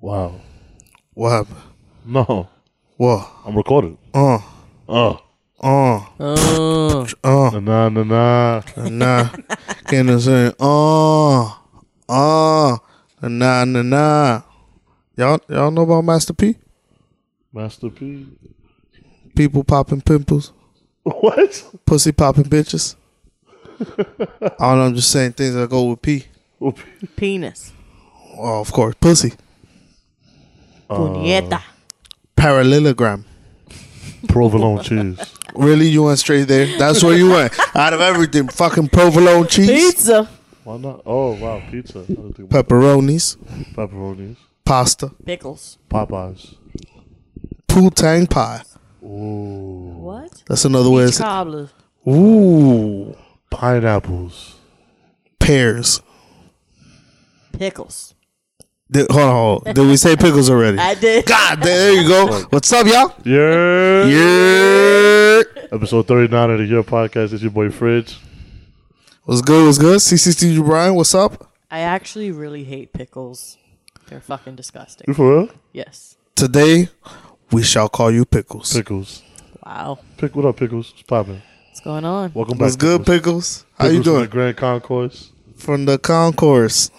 Wow. What happened? No, What? I'm recorded. Uh, Uh. uh, Oh, uh. Na na na na. Nah. Can I say, uh, uh, nah, nah, nah. Y'all, y'all know about Master P? Master P. People popping pimples, What? pussy popping bitches. I don't know, I'm just saying things that go with P. Oh, penis. Oh, of course, pussy. Uh, Puñeta. Parallelogram. Provolone cheese. Really, you went straight there? That's where you went. Out of everything, fucking provolone cheese, Pizza. Why not? Oh wow, pizza. I didn't think about pepperonis, pepperonis, pasta, Pickles. Popeyes. poutine pie. Ooh, What? That's another way. Peach It's, cobbler. ooh, pineapples. pears. Pickles. Did, hold on, hold on. Did we say pickles already? I did. God, there you go. What's up, y'all? Yeah. Yeah. Episode thirty nine of the Your Podcast. It's your boy Fridge. What's good? What's good? CCTG Brian, what's up? I actually really hate pickles. They're fucking disgusting. Mm. You for real? Yes. Today, we shall call you pickles. Pickles. Wow. Pick what up, pickles? What's poppin'? What's going on? Welcome back. What's good, pickles? How you Pickles from doing? the Grand Concourse. From the concourse.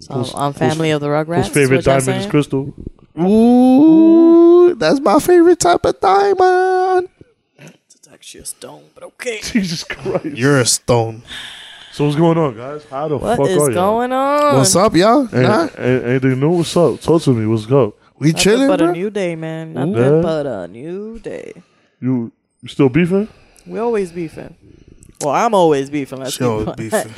So I'm family of the Rugrats. Whose favorite what y'all diamond is saying? crystal? Ooh, that's my favorite type of diamond. It's actually a stone, but okay. Jesus Christ. You're a stone. so what's going on, guys? How the What fuck is are you? going on? What's up, y'all? Hey, Nah, hey, anything new? What's up? Talk to me. What's up? we Nothing chilling, but bro. a new day, man. Nothing Yeah. but a new day. You you still beefing? We always beefing. Well, I'm always beefing. Let's She always keep- beefing.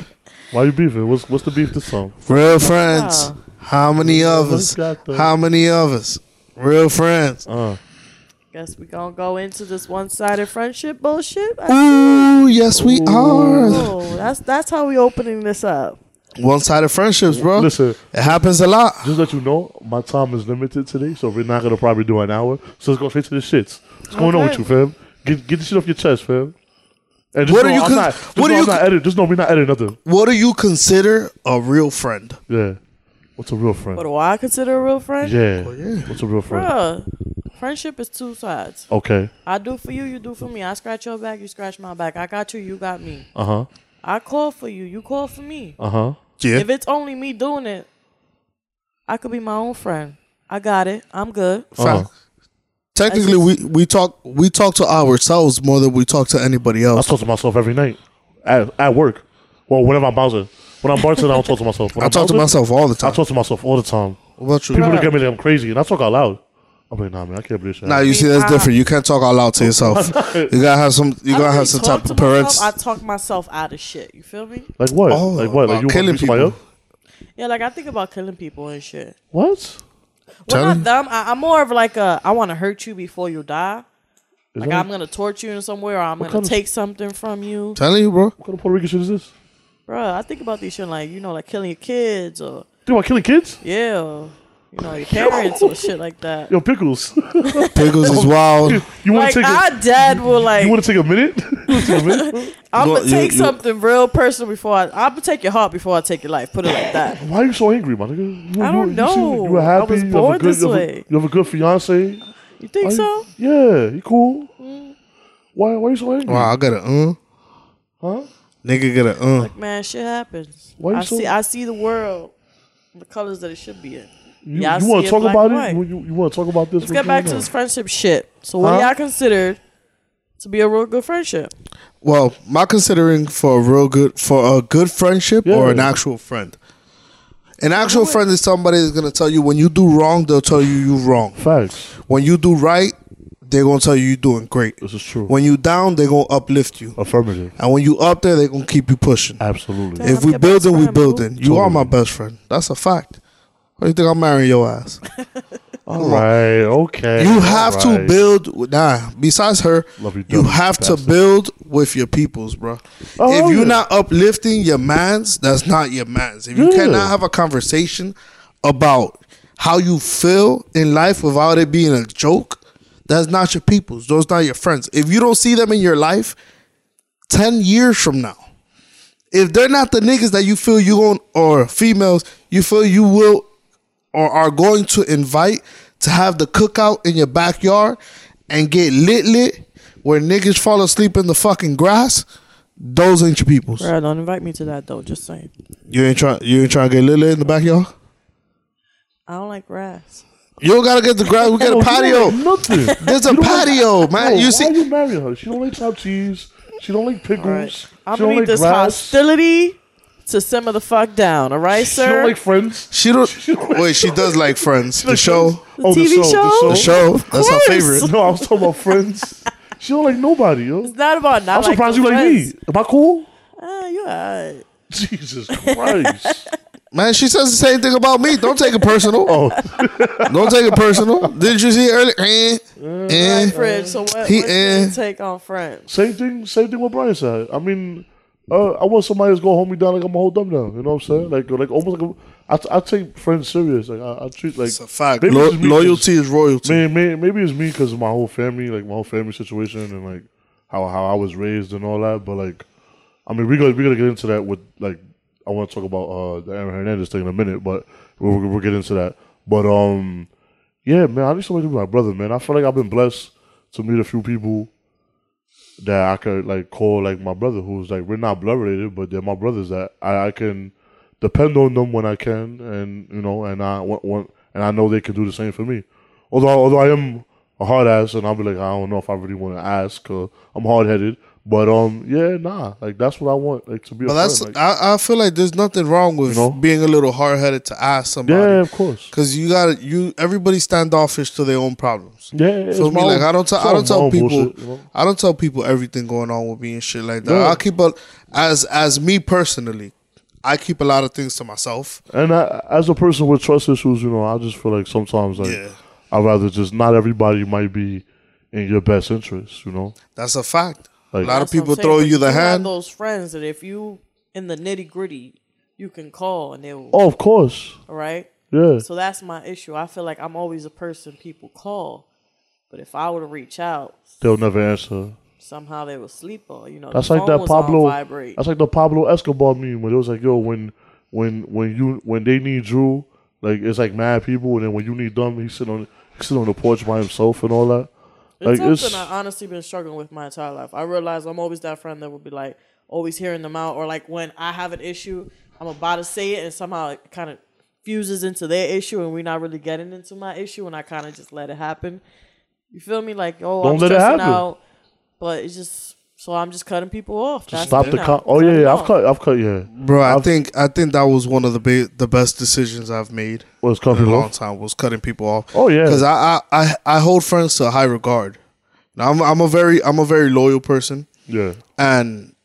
Why you beefing? What's what's the beef this song? Real friends. Oh. How many of Oh, us? got the- How many of us? Real friends. Uh, Guess we gonna go into this one-sided friendship bullshit. Ooh, yes, we are. Oh, that's that's how we opening this up. One sided friendships, bro. listen, It happens a lot. just let you know, my time is limited today, so we're not gonna probably do an hour. So let's go straight to the shits. What's going on with you, Okay. fam? Get get the shit off your chest, fam. And just What know are you I'm con- not, just what know are I'm you not con- editing. Just know we're not editing nothing. What do you consider a real friend? Yeah. What's a real What friend? do I consider a real friend? yeah. yeah. What's a real friend? Bruh, friendship is two sides. Okay. I do for you, you do for me. I scratch your back, you scratch my back. I got you, you got me. Uh huh. I call for you, you call for me. Uh huh. Yeah. If it's only me doing it, I could be my own friend. I got it. I'm good. Uh-huh. Fact. Technically, we, we talk we talk to ourselves more than we talk to anybody I else. talk to myself every night at, at work. Well, whenever I'm bouncing. When I'm bartending, I don't talk to myself. When I I'm talk to bouncing, myself all the I time. talk to myself all the time. What about you? People look at me like I'm crazy, and I talk out loud. I'm like, nah, man, I can't believe this shit. Now you see that's different. You can't talk out loud to yourself. You gotta have some. You I gotta don't have really some talk type to of parents. myself. I talk myself out of shit. You feel me? like what? Oh, like what? Like you about want to killing beat somebody people. up? Yeah, like I think about killing people and shit. What? Well, Tell not him. them. I, I'm more of like a I want to hurt you before you die. Is Like that- I'm gonna torture you in some way, or I'm kind gonna of- take something from you, Telling you, bro. what kind of Puerto Rican shit is this? Bruh, I think about these shit like you know, like killing your kids or Dude, I killing kids? yeah, or, you know, your parents or shit like that. Yo, pickles. Pickles is wild. you want Like to take? A, our dad will like you want to take a minute? You wanna take a minute? I'm Go- gonna you- take you- something real personal before I I'm gonna take your heart before I take your life. Put it like that. Why are you so angry, my nigga? You, I don't you, You, seem like know. you were I happy. was you born have a good, this you have a- way. you have a good fiance. You think Why so? you- Yeah, he cool. Why? Why are you so angry? Wow, I got a uh. Huh? Nigga got a uh. Man, shit happens. Why you I so- see I see the world, the colors that it should be in. You, Yeah, I you see want it to talk black about and it? white. You, you, want to talk about this? Let's get back to this friendship shit. So what Huh? y'all considered to be a real good friendship? Well, my considering for a real good for a good friendship or Yeah. an actual friend. An actual friend is somebody that's gonna tell you when you do wrong, they'll tell you you wrong. Facts. When you do right, they're gonna tell you you're doing great. This is true. When you down, they're gonna uplift you, Affirmative. and when you up there, they're gonna keep you pushing. Absolutely. Damn, if we your best building, we friend, boo. building. You are my best friend. That's a fact. What do you think I'm marrying your ass? All right. Okay. You have to Alright. build. Nah, besides her, Love you, you, dumb have to bastard. build with your peoples, bro. Oh, if you're yeah. not uplifting your mans, that's not your mans. If you Yeah. cannot have a conversation about how you feel in life without it being a joke, that's not your peoples. Those not your friends. If you don't see them in your life, ten years from now, if they're not the niggas that you feel you on or females you feel you will or are going to invite to have the cookout in your backyard and get lit lit where niggas fall asleep in the fucking grass, those ain't your peoples. Bro, don't invite me to that though. Just saying. You ain't trying you ain't trying to get lit lit in the backyard? I don't like grass. You don't gotta get the grass, we got a patio. Nothing. There's a patio, man. Yo, You why see you marry her? She don't like chopped cheese. She don't like pickles. All right. I'm she don't gonna need like this grass. hostility to simmer the fuck down. All right, She don't sir. like friends. Oh, she don't She don't like wait, she does like friends. The show. The TV show? The show. That's her course. favorite. No, I was talking about friends. She don't like nobody, yo. it's not about not. I'm surprised you the like friends. me. Am I cool? Ah, you alright. Jesus Christ. Man, she says the same thing about me. Don't take it personal. oh, Don't take it personal. Didn't you see it earlier? Eh, Mm, eh. Like French. So what? He- what's your eh. take on French? same thing. Same thing with Brian said. I mean, uh, I want somebody that's gonna hold me down like I'm gonna hold them down. You know what I'm saying? Like, like almost like a, I, I take friends serious. Like I, I treat like It's a fact. Maybe Lo- it's me loyalty is royalty. Man, man, maybe it's me because of my whole family, like my whole family situation, and like how how I was raised and all that. But like, I mean, we're gonna we're gonna get into that with like I want to talk about uh the Aaron Hernandez thing in a minute, but we'll we'll get into that. But um, yeah, man, I need somebody to be my brother, man. I feel like I've been blessed to meet a few people that I could like call like my brother, who's like we're not blood related, but they're my brothers that I, I can depend on them when I can, and you know, and I want, want and I know they can do the same for me. Although although I am a hard ass, and I'll be like I don't know if I really want to ask, i I'm hard headed. But um, yeah, nah, like that's what I want, like to be. But a that's friend, like, I, I feel like there's nothing wrong with know? being a little hard headed to ask yeah, somebody of course. because you got to you everybody standoffish to their own problems. Yeah, it's Feel me? my Like own- I don't tell it's I all don't my tell own people bullshit, you know? I don't tell people everything going on with me and shit like that. Yeah. I keep a as as me personally, I keep a lot of things to myself. And I, as a person with trust issues, you know, I just feel like sometimes like Yeah. I'd rather just not everybody might be in your best interest, you know. That's a fact. Like- a lot of That's what I'm people saying, throw but you the have hand. Those friends that if you in the nitty gritty, you can call and they'll. Oh, of course, All right. yeah. So that's my issue. I feel like I'm always a person people call, but if I were to reach out, They'll never answer. somehow they would sleep or you know. That's the like phone that was on Pablo. vibrate. That's like the Pablo Escobar meme when it was like, yo, when when when you when they need you, like it's like mad people, and then when you need them, he's sitting on he's sitting on the porch by himself and all that. Like It's it's, something I honestly been struggling with my entire life. I realize I'm always that friend that would be like always hearing them out, or like when I have an issue, I'm about to say it, and somehow it kind of fuses into their issue, and we're not really getting into my issue, and I kind of just let it happen. You feel me? Like oh, Don't I'm let it stressing happen. out, but it's just so I'm just cutting people off. just That's stop it the now. con- Oh Cut yeah, it yeah, off. I've cut, I've cut, yeah. Bro, I I've- think I think that was one of the ba- the best decisions I've made Was in a coming long off. time was cutting people off. Oh, yeah. because I, I I I hold friends to a high regard. Now I'm I'm a very I'm a very loyal person, Yeah, and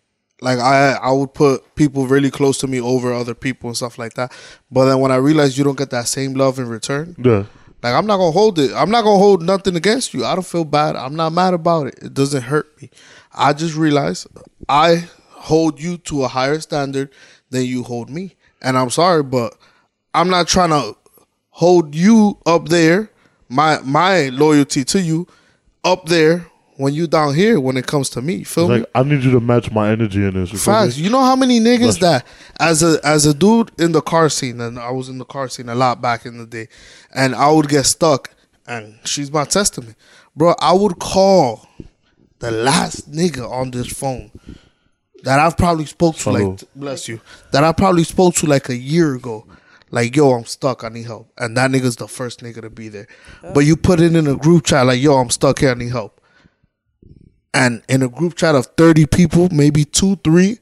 like I I would put people really close to me over other people and stuff like that. But then when I realized you don't get that same love in return, yeah. like I'm not gonna hold it. I'm not gonna hold nothing against you. I don't feel bad. I'm not mad about it. It doesn't hurt me. I just realized I hold you to a higher standard than you hold me. And I'm sorry, but I'm not trying to hold you up there, my my loyalty to you up there when you down here when it comes to me. Feel me? Like I need you to match my energy in this. you feel me? Facts. You know how many niggas that as a as a dude in the car scene, and I was in the car scene a lot back in the day, and I would get stuck, and she's my testament, bro. I would call the last nigga on this phone that I've probably spoke to Salud. like bless you that I probably spoke to like a year ago. Like yo, I'm stuck. I need help, and that nigga's the first nigga to be there. But you put it in a group chat like yo, I'm stuck here. I need help and in a group chat of 30 people, maybe two, three,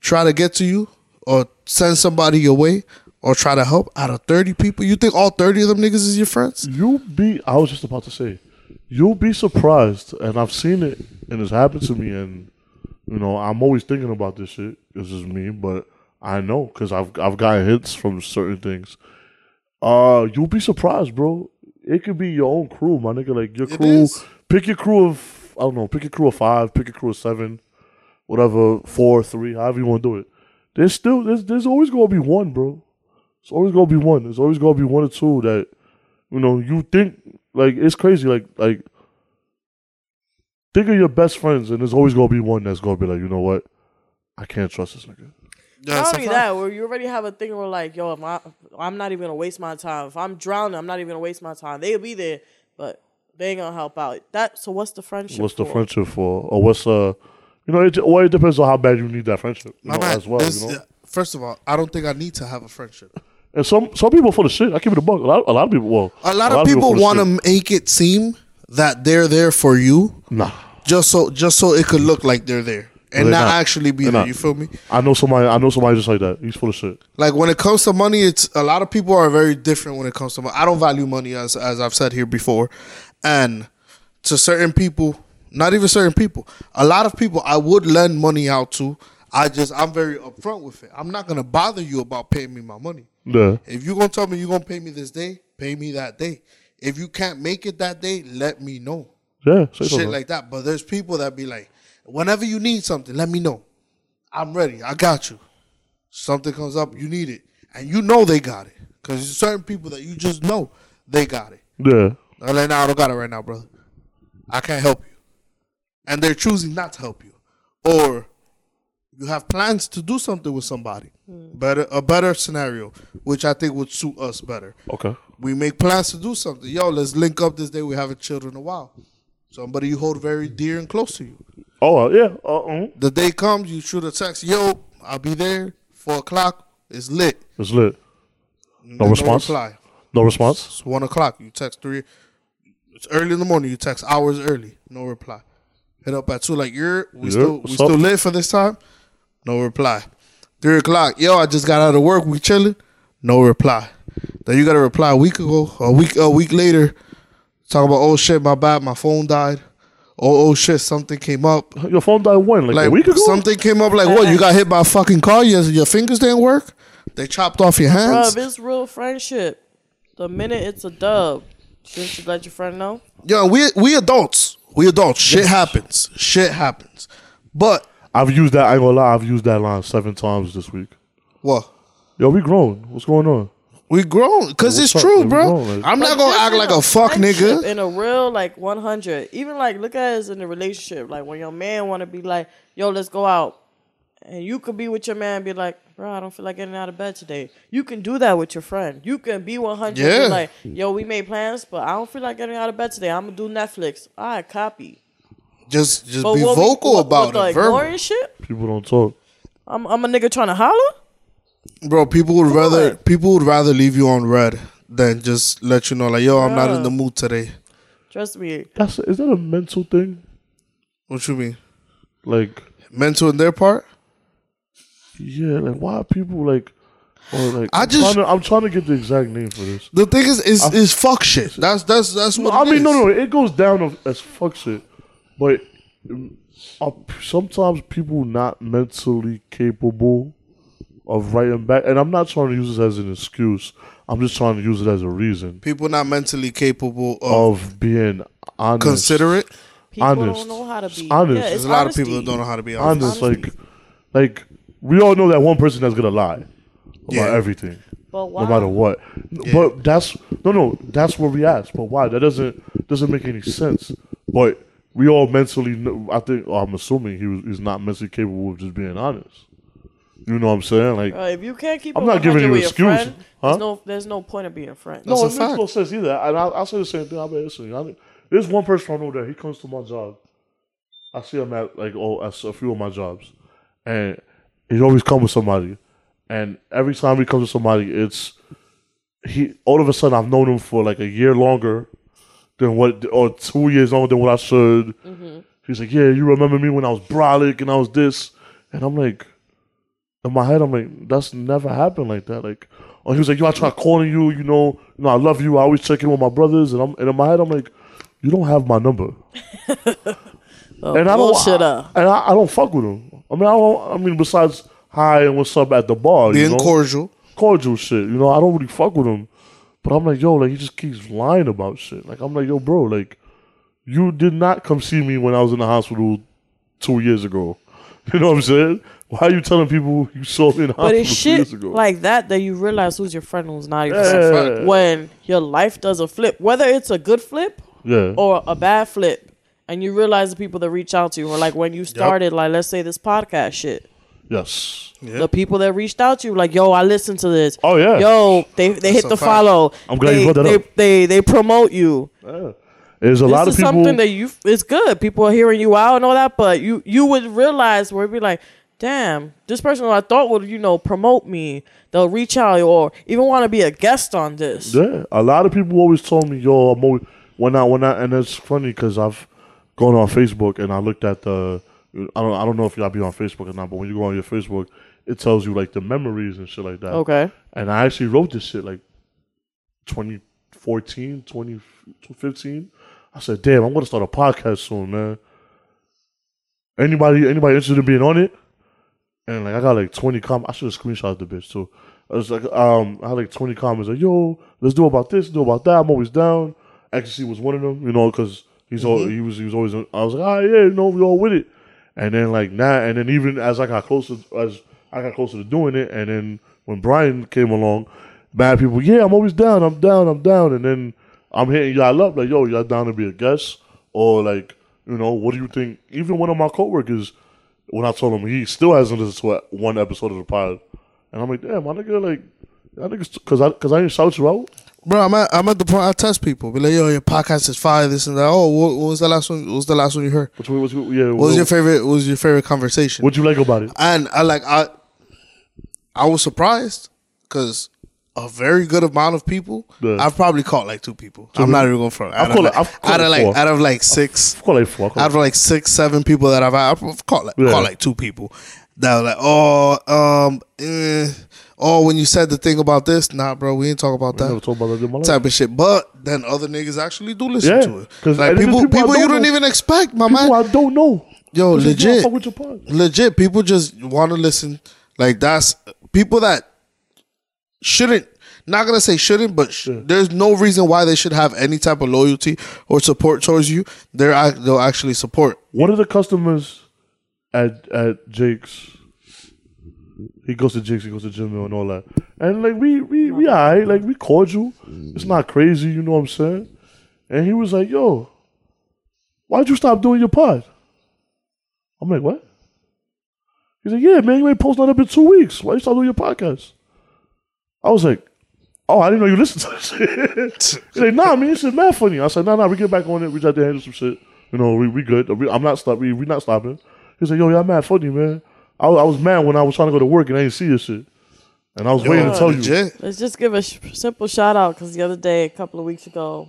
try to get to you or send somebody your way or try to help out of 30 people. You think all 30 of them niggas is your friends? You'll be. I was just about to say, you'll be surprised, and I've seen it, and it's happened to me, and you know, I'm always thinking about this shit. This is me, but I know because I've I've gotten hits from certain things. Uh, you'll be surprised, bro. It could be your own crew, my nigga. Like your crew, is. pick your crew of I don't know, pick your crew of five, pick your crew of seven, whatever, four, three, however you want to do it. There's still there's there's always gonna be one, bro. It's always gonna be one. There's always gonna be one or two that you know you think like it's crazy. Like like think of your best friends, and there's always gonna be one that's gonna be like, you know what, I can't trust this nigga. Yeah, Not it's a only fact. that, where you already have a thing where like, yo, if I, I'm not even gonna waste my time. If I'm drowning, I'm not even gonna waste my time. They'll be there, but they ain't gonna help out. That so what's the friendship? What's the for? friendship for, or what's uh, you know, it well, it depends on how bad you need that friendship you My know, man, as well. this- You know, yeah, First of all, I don't think I need to have a friendship. and some some people for the shit. I keep it a buck. A lot, a lot of people. Well, A lot of people for the want shit. to make it seem that they're there for you, Nah, just so just so it could look like they're there and they're not, not. actually be They're there. not. You feel me? I know somebody. I know somebody just like that. He's full of shit. Like when it comes to money, it's a lot of people are very different when it comes to money. I don't value money as as I've said here before, and to certain people, not even certain people, a lot of people I would lend money out to. I just I'm very upfront with it. I'm not gonna bother you about paying me my money. Yeah, If you're gonna tell me you're gonna pay me this day, pay me that day. If you can't make it that day, let me know. yeah. Say Shit something. like that. But there's people that be like, whenever you need something, let me know. I'm ready. I got you. Something comes up, you need it. And you know they got it. Because there's certain people that you just know they got it. yeah, They're like, nah, I don't got it right now, brother. I can't help you. And they're choosing not to help you. Or you have plans to do something with somebody. Better a better scenario, which I think would suit us better. okay. We make plans to do something. Yo, let's link up this day. We haven't chilled in a while. Somebody you hold very dear and close to you. Oh uh, yeah. Uh, mm, The day comes, you shoot a text. Yo, I'll be there. Four o'clock. It's lit. it's lit. There's response? reply. No response. It's one o'clock. You text three. It's early in the morning. You text hours early. No reply. Hit up at two. Like you're. We Yeah, still we what's still up? lit for this time. No reply. Three o'clock. Yo, I just got out of work. We chilling. No reply. Then you got to reply a week ago. A week a week later. Talk about oh shit, my bad, my phone died. Oh oh shit, something came up. Your phone died when? Like, Like a week ago. something came up. Like what? You got hit by a fucking car. Your your fingers didn't work. They chopped off your hands. Bruv, it's real friendship. The minute it's a dub, shouldn't you let your friend know? Yo, we we adults. We adults. Shit happens. Shit happens. But I've used that. I ain't gonna lie. I've used that line seven times this week. well, Yo, we grown. What's going on? we grown because it's what's up? true, We bro. grown, like- I'm not But gonna just act in like a fuck friendship, nigga. In a real like 100, even like look at us in a relationship. Like when your man want to be like, yo, let's go out, and you could be with your man, and be like, bro, I don't feel like getting out of bed today. You can do that with your friend. You can be 100. and be Yeah. Like, yo, we made plans, but I don't feel like getting out of bed today. I'm gonna do Netflix. All right, copy. Just just But be what we- vocal what- about what the it, verbal. ignoring shit. People don't talk. I'm I'm a nigga trying to holler. bro. People would rather on. people would rather leave you on red than just let you know like, yo, I'm not in Bruh. the mood today. Trust me. That's is that a mental thing? What you mean? Like, Mental in their part? yeah. Like, why are people like? Or like, I I'm just- Trying to, I'm trying to get the exact name for this. The thing is, is is fuck shit. That's that's that's what Uh, I it mean, no, is. no, it goes down of- as fuck shit, but mm, are p- sometimes people not mentally capable of writing back, and I'm not trying to use this as an excuse. I'm just trying to use it as a reason People not mentally capable of of being honest. considerate. People Honest. don't know how to be. Honest. Yeah, it's There's a lot of people honesty. that don't know how to be honest, honest. like, like we all know that one person that's gonna lie about Yeah. everything. But why? no matter what. But that's no, no. That's where we ask. But why? That doesn't doesn't make any sense. But we all mentally. kn- I think oh, I'm assuming he was he's not mentally capable of just being honest. You know what I'm saying? Like Uh, if you can't keep, I'm it not giving 100 you with your excuse, Friend, huh? There's no, there's no point of being friends. no, a it makes fact. no sense either. And I, I'll say the same thing. I'll be listening. I, there's one person I know that he comes to my job. I see him at like oh at a few of my jobs, and he's always come with somebody. And every time he comes with somebody, it's he all of a sudden I've known him for like a year longer than what or two years longer than what I should. Mm-hmm. He's like, yeah, you remember me when I was brolic and I was this, and I'm like, in my head, I'm like, that's never happened like that. Like, or he was like, yo, I try calling you, you know, you know, I love you. I always check in with my brothers, and I'm and in my head, I'm like, you don't have my number, and I don't, bullshitter. and I, I don't fuck with him. I mean, I don't. I mean, besides hi and what's up at the bar, you Being know? cordial. cordial shit. You know, I don't really fuck with him. But I'm like, yo, like he just keeps lying about shit. Like I'm like, yo, bro, like you did not come see me when I was in the hospital two years ago. You know what I'm saying? Why are you telling people you saw me in the But hospital it's two shit years ago? like that that you realize who's your friend and who's not your Yeah. friend. When your life does a flip, whether it's a good flip yeah, or a bad flip, and you realize the people that reach out to you, or like when you started, like let's say this podcast shit, Yes. Yeah. The people that reached out to you, like, yo, I listened to this. Oh, yeah. Yo, they they hit a the fact. follow. I'm glad you they, brought that they, up. They they promote you. Yeah. There's a lot this of is people. something that you it's good. People are hearing you out and all that, but you you would realize where it'd be like, damn, this person who I thought would, you know, promote me, they'll reach out or even want to be a guest on this. Yeah, a lot of people always told me, "Yo, I'm always, when I when I," and it's funny because I've gone on Facebook and I looked at the. I don't I don't know if y'all be on Facebook or not, but when you go on your Facebook, it tells you like the memories and shit like that. Okay. And I actually wrote this shit like 2014, 2015. I said, "Damn, I'm gonna start a podcast soon, man." Anybody anybody interested in being on it? And like I got like 20 comments. I should have screenshot the bitch too. I was like, um, I had like 20 comments like, "Yo, let's do about this, do about that." I'm always down. Ecstasy was one of them, you know, because he's all he was he was always. I was like, "Ah, yeah, you know, we all with it." And then like nah, and then even as I got closer, as I got closer to doing it, and then when Brian came along, bad people, yeah, I'm always down, I'm down, I'm down, and then I'm hitting y'all up like, "Yo, y'all down to be a guest?" Or like, you know, what do you think? Even one of my coworkers when I told him he still hasn't listened to a- one episode of the pod, and I'm like, damn, my nigga, like, that nigga's because I because I didn't shout you out. Bro, I'm at, I'm at the point I test people. Be like, yo, your podcast is fire, this and that. Oh, what, what was the last one? What was the last one you heard? Which was yeah, What was your favorite? What was your favorite conversation? What'd you like about it? and I like I, I was surprised because a very good amount of people. Yeah. I've probably caught like two people. i I'm not even going for it. Out of caught like- like- I've caught out of like like four. out of like six. I call it four. I call out it of like six, seven people that I've had, I've caught like, Yeah. caught like two people that were like, oh, um, eh, oh, when you said the thing about this, nah, bro, we ain't talk about I never that told about that in my life. type of shit. But then other niggas actually do listen Yeah, to it. 'cause Like and then people, the people, people I you don't don't know- even expect, my People man. I don't know. Yo, They say, "Yo, I Oh, legit. fuck with your pod. Legit, people just want to listen. Like that's people that shouldn't. Not gonna say shouldn't, but sh- there's no reason why they should have any type of loyalty or support towards you. They're ac- they'll actually support. One of the customers at at Jake's. He goes to Jake's, he goes to Jimmy and all that. And like we we we alright, like we cordial. It's not crazy, you know what I'm saying? And he was like, Yo, why'd you stop doing your pod? I'm like, What? He's like, Yeah, man, you ain't posting up in two weeks. Why you stop doing your podcast? I was like, Oh, I didn't know you listened to this shit. He's like, nah, man, this is mad funny. I said, nah, nah, we get back on it. We just have to handle some shit. You know, we, we good. We- I'm not stop. We, we not stopping. He's like, yo, y'all mad funny, man. I, was- I was mad when I was trying to go to work and I didn't see this shit. And I was waiting to tell you. Oh, Legit. Let's just give a sh- simple shout out because the other day, a couple of weeks ago,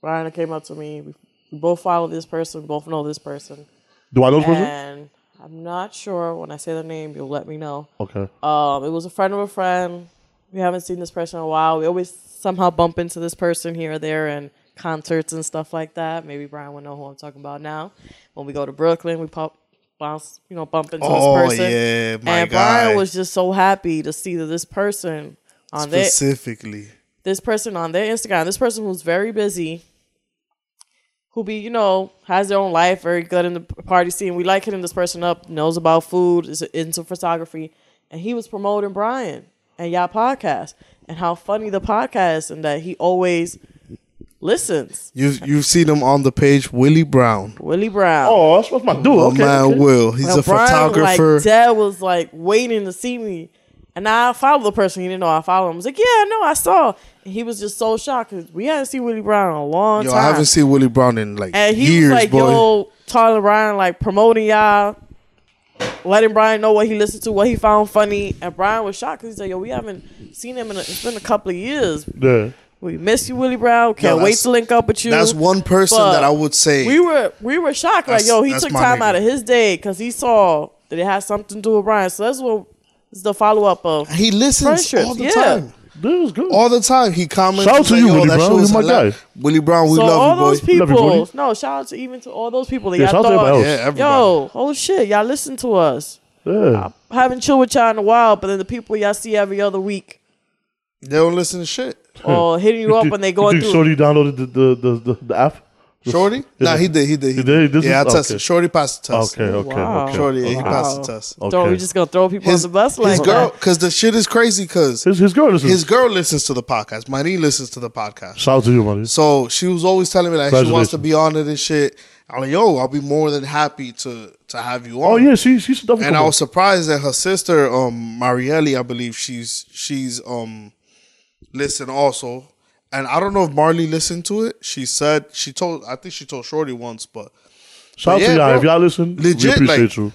Brian came up to me. We, we both follow this person, we both know this person, Do I know this person? and I'm not sure when I say their name, you'll let me know. Okay. Um, it was a friend of a friend. We haven't seen this person in a while. We always somehow bump into this person here or there in concerts and stuff like that. Maybe Brian will know who I'm talking about now. When we go to Brooklyn, we pop bounce, you know, bump into Oh, this person. yeah, my and guy. Brian was just so happy to see that this person on their Specifically. this person on their Instagram, this person who's very busy, who be, you know, has their own life, very good in the p- party scene. We like hitting this person up, knows about food, is into photography. And he was promoting Brian and y'all podcast and how funny the podcast is and that he always listens. You've you've seen him on the page, Willie Brown. Willie Brown. Oh, that's, that's my dude. Oh okay, man, okay. Will. He's And a photographer. Like, Dad was like waiting to see me. And I followed the person. He didn't know I followed him. I was like, yeah, no, I saw. And he was just so shocked because we hadn't seen Willie Brown in a long Yo, time. I haven't seen Willie Brown in like And he years, was like, boy. yo, Tyler Brian, like promoting y'all, letting Brian know what he listened to, what he found funny. And Brian was shocked because he's like, yo, we haven't seen him in a, it's been a couple of years. Yeah. We miss you, Willie Brown. Can't Yo, wait that's- to link up with you. That's one person But that I would say. We were we were shocked. Like, That's- yo, he that's took my time nigga. out of his day because he saw that it had something to do with Brian. So that's what is the follow up of. he listens Friendships, all the yeah. time. This is good. All the time. He comments. Shout out he's to like, you, yo, Willie that Brown. shit was You're my hilarious. Willie Brown, we so all love those you, boy. Love you, people, buddy. no shout out to even to all those people that Yeah, y'all shout out to everybody thought, else. Yeah, everybody. yo, oh shit, y'all listen to us. Yeah. haven't chilled with y'all in a while, but then the people y'all see every other week They don't listen to shit. Hmm. or hitting you up when they going think through. Shorty downloaded the, the, the, the, the app? Shorty? Nah, he did. He did? did. He He did. did Yeah, I this? tested. Okay. Shorty passed the test. Okay, okay, Wow. okay. Shorty, yeah, he okay. passed the test. Okay. Throw, we just gonna throw people on the bus like his girl, that. because the shit is crazy. Because His, his girl. This his is, girl listens to the podcast. Marine listens to the podcast. shout out to you, buddy. So she was always telling me like she wants to Congratulations. be on it and shit. I'm like, yo, I'll be more than happy to to have you on. Oh yeah, she she's definitely. And I was surprised that her sister, um, Marielle, I believe she's she's um listened also. And I don't know if Marley listened to it. She said she told I think she told Shorty once, but shout out yeah, to y'all. bro. If y'all listen, we Legit, appreciate like- you.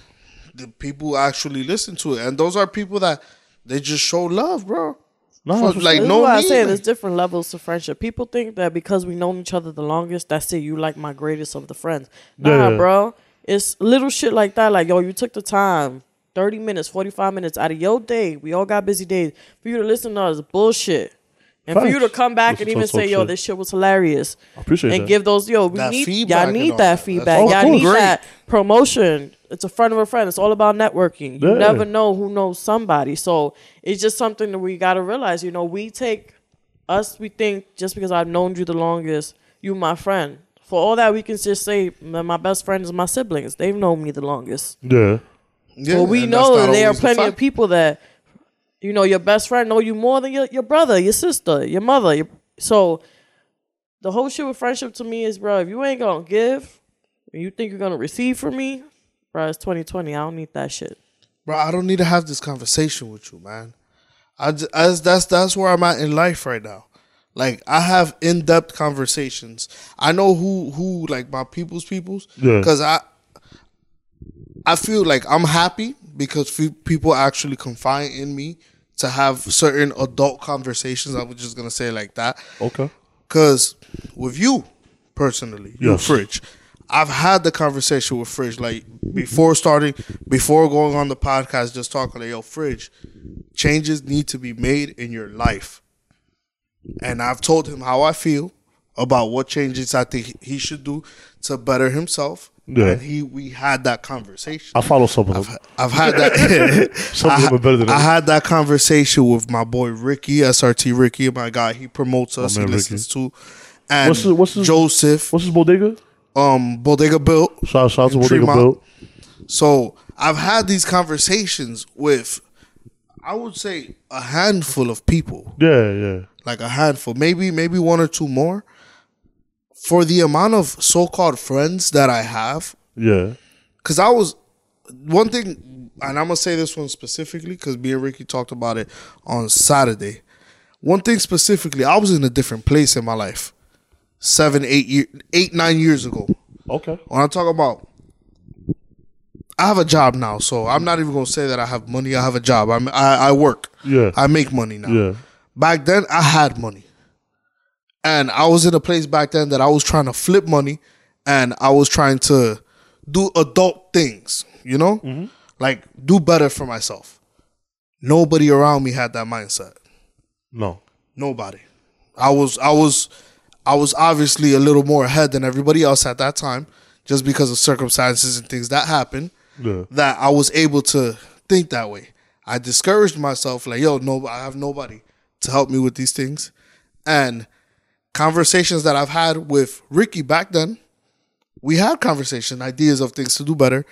the people actually listen to it. And those are people that they just show love, bro. Nah, For, that's what's like This is no why I need. say like- there's different levels to friendship. People think that because we've known each other the longest, that's it. You like my greatest of the friends. Nah, Yeah. bro. It's little shit like that. Like, yo, you took the time, 30 minutes, 45 minutes out of your day. We all got busy days. For you to listen to us, bullshit. And for you to Facts. come back Listen and to even us talk say, yo, shit. this shit was hilarious. I appreciate and that. Oh, give those yo we That need feedback y'all and all need that. that That's feedback all y'all cool. need Great. that promotion it's a friend of a friend it's all about networking you Yeah. never know who knows somebody so it's just something that we got to realize you know we take us we think just because i've known you the longest you my friend for all that we can just say that my best friend is my siblings they've known me the longest Yeah. Yeah, but we and that's know not that there are always the plenty fact. of people that, you know, your best friend know you more than your, your brother, your sister, your mother. Your, so the whole shit with friendship to me is, bro, if you ain't gonna give and you think you're gonna receive from me, bro, it's 2020. I don't need that shit. bro. I don't need to have this conversation with you, man. I j- as that's that's where I'm at in life right now. Like I have in depth conversations. I know who who like my people's peoples Yeah. because I I feel like I'm happy because few people actually confide in me to have certain adult conversations. I was just gonna say it like that. Okay. Cause with you personally, you Yes. Fridge, I've had the conversation with Fridge like before starting, before going on the podcast, just talking like, yo, Fridge, changes need to be made in your life. And I've told him how I feel about what changes I think he should do to better himself. Yeah. And he we had that conversation. I follow some of them. I've had that. Some of them are better than I others. had that conversation with my boy Ricky, SRT Ricky. My guy, he promotes us. man, he Ricky. listens to. And What's his- what's his- Joseph, What's his bodega? um, Bodega built. Shout shout out to In bodega Tremont. built. So I've had these conversations with, I would say, a handful of people, Yeah, yeah. like a handful, maybe maybe one or two more. For the amount of so-called friends that I have, Yeah. because I was one thing, and I'm gonna say this one specifically because me and Ricky talked about it on Saturday. One thing specifically, I was in a different place in my life, seven, eight year, eight, nine years ago. Okay. When I talk about, I have a job now, so I'm not even gonna say that I have money. I have a job. I'm, I I work. Yeah. I make money now. Yeah. Back then, I had money. And I was in a place back then that I was trying to flip money and I was trying to do adult things, you know? Like do better for myself. Nobody around me had that mindset. No. Nobody. I was I was I was obviously a little more ahead than everybody else at that time just because of circumstances and things that happened Yeah. that I was able to think that way. I discouraged myself, like, yo, no, I have nobody to help me with these things. And conversations that I've had with Ricky back then, we had conversation, ideas of things to do better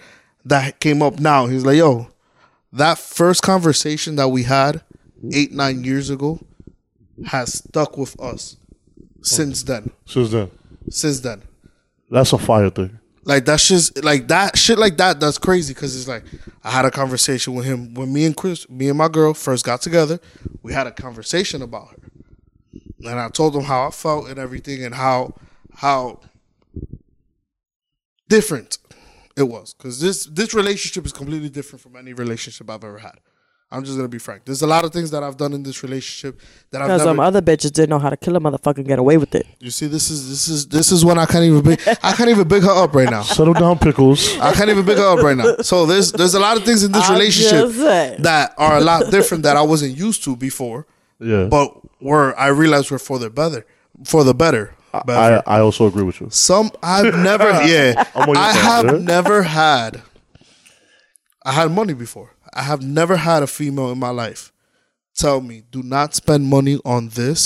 that came up now. He's like, yo, that first conversation that we had eight, nine years ago has stuck with us since then. Since then, Since then that's a fire thing. like that's just like that shit like that that's crazy because it's like i had a conversation with him when me and chris me and my girl first got together we had a conversation about her and i told him how i felt and everything and how how different it was because this this relationship is completely different from any relationship i've ever had i'm just gonna be frank there's a lot of things that i've done in this relationship that i've Because never um, other bitches didn't know how to kill a motherfucker and get away with it. you see this is this is this is when i can't even big i can't even big her up right now Settle down, pickles. I can't even pick her up right now. So there's there's a lot of things in this I'm relationship just saying. that are a lot different that I wasn't used to before, Yeah. but were I realized were for the better, for the better. better. I, I also agree with you. Some I've never yeah on your I side, yeah. have never had. I had money before. I have never had a female in my life tell me do not spend money on this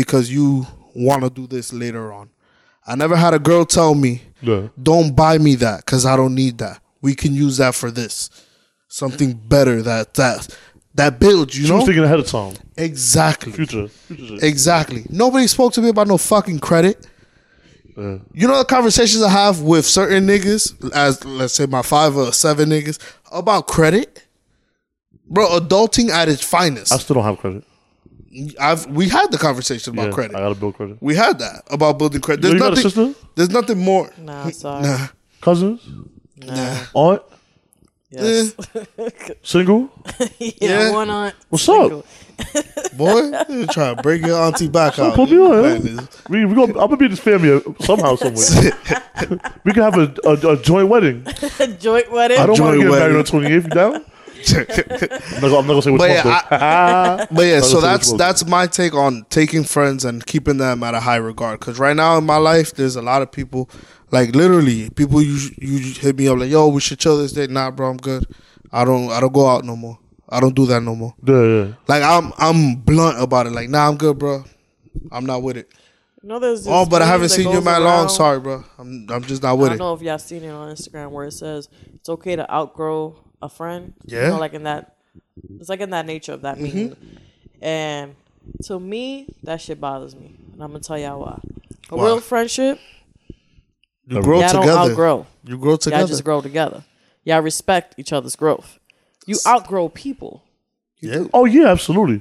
because you want to do this later on. I never had a girl tell me, Yeah. "Don't buy me that because I don't need that. We can use that for this, something better that that that builds." You She was know thinking ahead of time. exactly, Future. Future shit. exactly. Nobody spoke to me about no fucking credit. Yeah. You know the conversations I have with certain niggas, as let's say my five or seven niggas, about credit, bro. Adulting at its finest. I still don't have credit. I've we had the conversation about Yeah, credit. I gotta build credit. we had that about building credit. There's You got a nothing. sister? There's nothing more. Nah, sorry. Nah, Cousins, Nah. aunt, Eh. Yes. single. yeah, Yeah. one aunt. What's up? single. boy, you try to bring your auntie back out. Put me on. yeah. We, we gonna, I'm gonna be this family somehow, somewhere. we can have a, a, a joint wedding. A joint wedding. I don't want to Joint get married wedding. on 28th. You down? I'm not, gonna- I'm not gonna say which one. But yeah, though. But yeah, so Other that's people's that's my take on taking friends and keeping them at a high regard. Because right now in my life, there's a lot of people, like literally, people you you hit me up like, "Yo, we should chill this day." Nah, bro, I'm good. I don't I don't go out no more. I don't do that no more. yeah, yeah. Like I'm I'm blunt about it. Like, nah, I'm good, bro. I'm not with it. No, there's this Oh, but I meme haven't that seen you goes in my long. around. Sorry, bro. I'm I'm just not I with don't it. know if y'all seen it on Instagram where it says it's okay to outgrow a friend. Yeah. Mm-hmm. You know, like in that, it's like in that nature of that meaning. And to me, that shit bothers me, and I'm gonna tell y'all why. A Why? real friendship, You grow y'all together. don't outgrow. You grow together. Y'all just grow together. Y'all respect each other's growth. You outgrow people. yeah. Oh yeah, absolutely.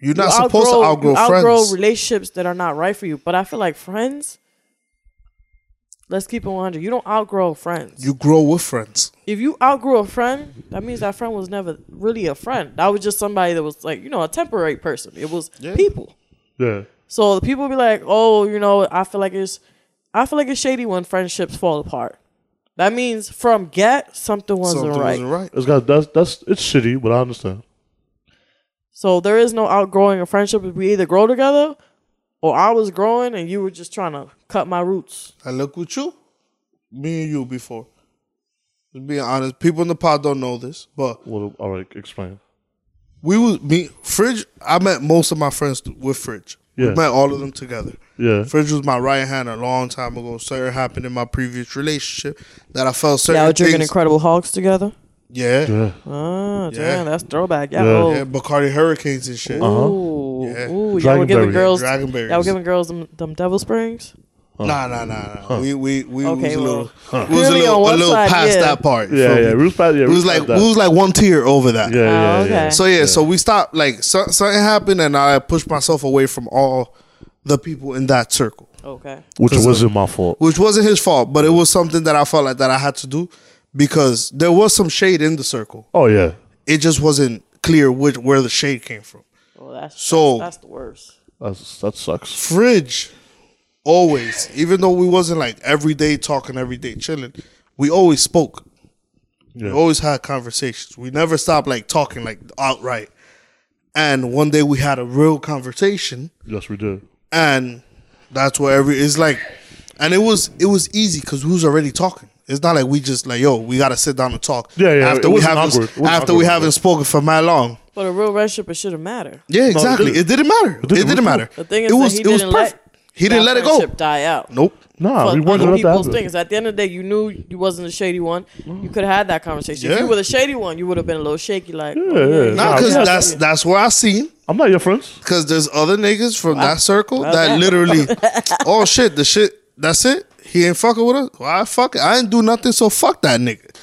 You're You not supposed to outgrow you friends. outgrow relationships that are not right for you. But I feel like friends. Let's keep it 100. You don't outgrow friends. you grow with friends. if you outgrew a friend, that means that friend was never really a friend. That was just somebody that was like, you know, a temporary person. It was people. Yeah. So the people be like, oh, you know, I feel like it's, I feel like it's shady when friendships fall apart. That means from get something wasn't Something right. wasn't right. It's got that's that's it's shitty, but I understand. So there is no outgrowing a friendship. We either grow together, or I was growing and you were just trying to cut my roots. I look with you, me and you before. Just being honest, people in the pod don't know this, but Well, all right, explain. we was me Fridge. I met most of my friends th- with Fridge. Yeah. We met all of them together. Yeah. Fridge was my right hand a long time ago. Certain happened in my previous relationship that I felt certain Yeah, we're drinking things. Incredible Hogs together. yeah, yeah, Yeah. Oh, Yeah. damn, that's throwback. Yeah. Yeah. oh. Bacardi Hurricanes and shit. Ooh, Yeah. ooh, y'all were giving Dragonberry. girls, Dragonberries. y'all were giving girls them, them Devil Springs. Nah, nah, nah, nah. We we we was Okay, a well. little, we was a Clearly little, on a one little side, past yeah. that part. you Yeah, feel yeah. me? We was bad- yeah, We was like we that. was like one tier over that. yeah, yeah, Oh, yeah. okay. So yeah, so we stopped. Like so, something happened, and I pushed myself away from all the people in that circle, Oh, Okay. Which wasn't my fault. which wasn't his fault, but it was something that I felt like that I had to do because there was some shade in the circle. Oh yeah. It just wasn't clear which where the shade came from. Well, that's So- that's, that's the worst. That's that sucks. Fridge, always, even though we wasn't like every day talking, every day chilling, we always spoke. Yeah. We always had conversations. We never stopped like talking like outright. And one day we had a real conversation. Yes, we did. and that's where every it's like and it was it was easy because we was already talking it's not like we just like yo we gotta sit down and talk Yeah, yeah, after it we wasn't haven't awkward. It wasn't after awkward we like haven't that. spoken for my long But a real relationship, it shouldn't matter. yeah exactly it, didn't. didn't matter it didn't. didn't, matter The thing is, it that was he it was didn't let perfect he didn't that let it go friendship Die out. nope Nah, Fuck we weren't other gonna let that people's happen. things. At the end of the day, you knew you wasn't the shady one. You could have had that conversation. If Yeah. you were the shady one, you would have been a little shaky. Like, oh, yeah, yeah. you nah Nah, know, because yeah. that's that's where I seen I'm not your friends. because there's other niggas from that circle okay. that literally oh shit the shit that's it he ain't fucking with us well I fuck it I ain't do nothing so fuck that nigga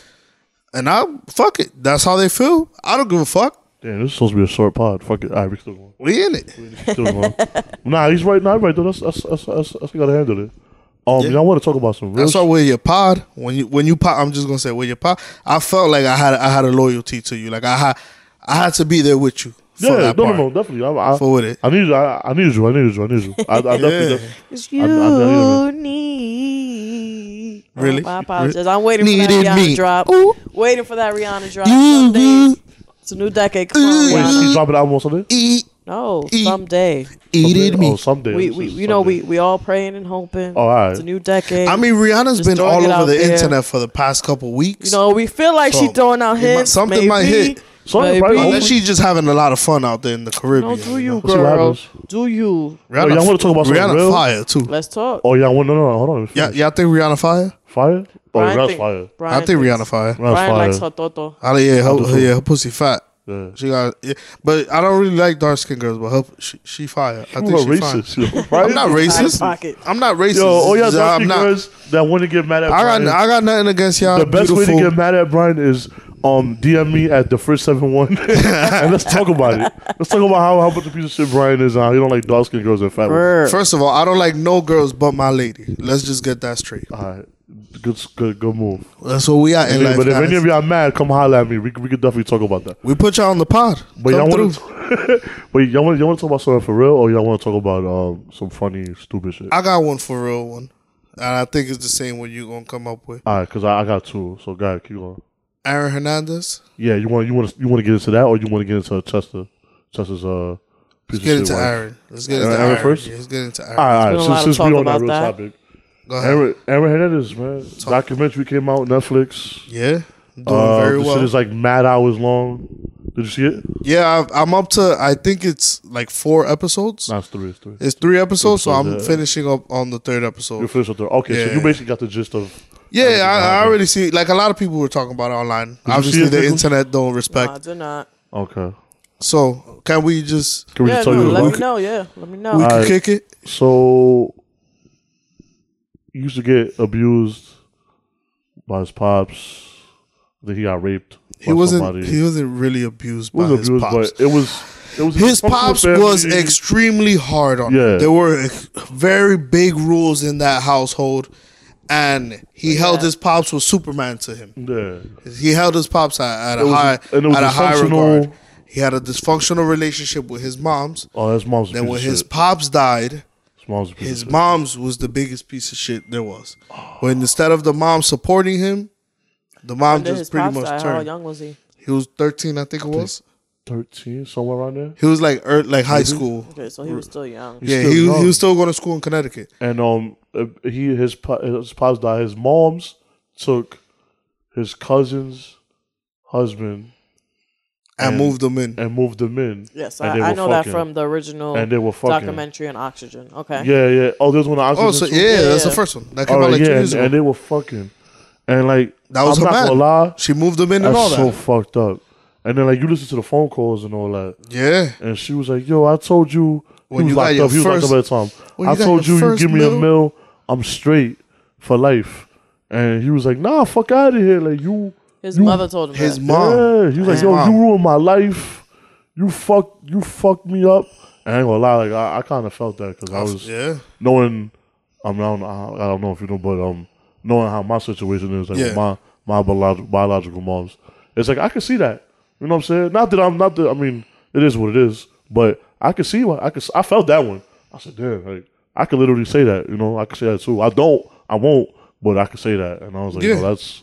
and I fuck it that's how they feel I don't give a fuck Damn, this is supposed to be a short pod. Fuck it. All right, we still going. We in it. Still going. nah, he's right. Nah, right though. That's that's that's, that's, that's we gotta handle it. Um, you know, I want to talk about some real. That's why with your pod, when you when you pod, I'm just gonna say with your pod, I felt like I had I had a loyalty to you. Like I had I had to be there with you. For yeah, that no, part. no, no, definitely. I, I, For with it. I need, I, I need you. I need you. I need you. I, I definitely, Yeah. It's I- I know you need. Really? Oh, I apologize. I'm waiting for Needed that Rihanna me. drop. Ooh. Mm-hmm. Waiting for that Rihanna drop. Ooh, Someday. It's a new decade. Come on, Ooh. Wait, Rihanna. she's dropping an album on Sunday. Eat No, Eat. someday. eated Oh, me. someday. We, This we is you know, someday. we, we all praying and hoping. Oh, all right. It's a new decade. I mean, Rihanna's Just been throwing all it over out the there. internet for the past couple weeks. you know, we feel like she So, throwing out it might- hints. something might maybe. hit. Oh, Some Baby. probably- Unless she's just having a lot of fun out there in the Caribbean. No, do you you, know? That's what girl? happens. Do you? Oh, y'all wanna talk about something Rihanna real? fire too. Let's talk. Oh yeah, well, no, no, no, hold on. Yeah, y'all think Rihanna fire? Fire? Oh, Brian Rihanna's think- fire. Brian I think thinks- Rihanna fire. Rihanna's Brian fire. likes her toto. I don't, yeah, her, do too. yeah, her pussy fat. Yeah. She got, yeah, but I don't really like dark skinned girls. But her, she, she fire. I You think are she fine. racist. yo. I'm not pocket. racist. I'm not racist. Yo, oh yeah, I'm dark not. girls that want to get mad at. I got, Brian. I got nothing against y'all. the best beautiful. way to get mad at Brian is um, DM me at the first seven one, and let's talk about it. Let's talk about how how much a piece of shit Brian is. and How he don't like dark skinned girls and fat. ones. Brr. First of all, I don't like no girls but my lady. Let's just get that straight. All right, good s- good good move. That's what we are in Yeah, life. but if guys. any of y'all mad, come holler at me. We, c- we could definitely talk about that. we put y'all on the pod. But Come y'all through. want to, but y'all want y'all want to talk about something for real, or y'all want to talk about um, some funny stupid shit? I got one for real one, and I think it's the same one you gonna come up with. All right, because I, I got two. So, guys, keep going. Aaron Hernandez. Yeah, you want you want to you want to get into that, or you want to get into Chester Chester's uh. Piece Let's get of into shit wife? Aaron. Let's get into Aaron Aaron, first? Yeah, let's get into Aaron. All right, all There's right. been a Since, lot of since we talk on that about real that. topic, Go ahead. Aaron, Aaron Hernandez, man. Documentary came out Netflix. Yeah, doing Uh, very the well. shit is like mad hours long. Did you see it? yeah, I've, I'm up to. I think it's like four episodes. Nah, it's three. It's three. It's three episodes, so I'm Episodes, yeah. finishing up on the third You episode. finished with there. Okay, so Yeah. you basically got the gist of. Yeah, I, I already see. Like a lot of people were talking about it online. you see Obviously, it, the Nicholas? internet don't respect. I do not. Okay. So can we just Can we yeah, just tell no, you? let about me it? know. Yeah, let me know. we can right. kick it? So, he used to get abused by his pops. I think he got raped. He by wasn't. Somebody. He wasn't really abused He by was his abused, pops. but it was. It was His pops was family. extremely hard on Yeah. him. There were ex- very big rules in that household, and he held his pops with Superman to him. Yeah. He held his pops at, at a was- high and it was at a high dysfunctional. regard. He had a dysfunctional relationship with his moms. Oh, his mom's. a Then piece when of his shit. pops died, his mom's. a piece of his shit. mom's was the biggest piece of shit there was. When instead of the mom supporting him, the mom And then his just pretty pops much died. How turned. young was he? He was thirteen, I think it was. 13, somewhere around there. He was like er, like high school. Okay, so he was still young. He's yeah, still he, young. he was still going to school in Connecticut. And um, uh, he his po- his pops died. His mom's took his cousin's husband and moved them in. and moved him in. Yes, and I, they I were know that fucking. from the original And they were fucking. documentary on Oxygen. Okay. Yeah, yeah. Oh, there's one. of the Oh, so Oxygen yeah, too? that's the yeah. first one that came All out right, like two yeah, years and, ago. and they were fucking, and like That was I'm her not man. gonna lie, she moved them in and all that's that. so fucked up. And then like you listen to the phone calls and all that, yeah, and she was like, "Yo, I told you he When was you got locked your up. He was locked first- up at the time. when I you got told you, your you first give me a meal- mill, I'm straight for life." And he was like, "Nah, fuck out of here. Like you, His You- mother told him. his that. mom. yeah." He was like, His "Yo, mom. you ruined my life. You fuck, you fucked me up." And I ain't gonna lie, like I, I kind of felt that because I was yeah, knowing I, mean, I don't know, I don't know if you know, but um, knowing how my situation is, like Yeah. with my my biological, biological moms, it's like I can see that. You know what I'm saying? Not that I'm not that. I mean, it is what it is, but I can see why I could. I felt that one. I said, damn, like I could literally say that. You know, I could say that too. I don't. I won't. But I could say that, and I was like, yo, Yeah. that's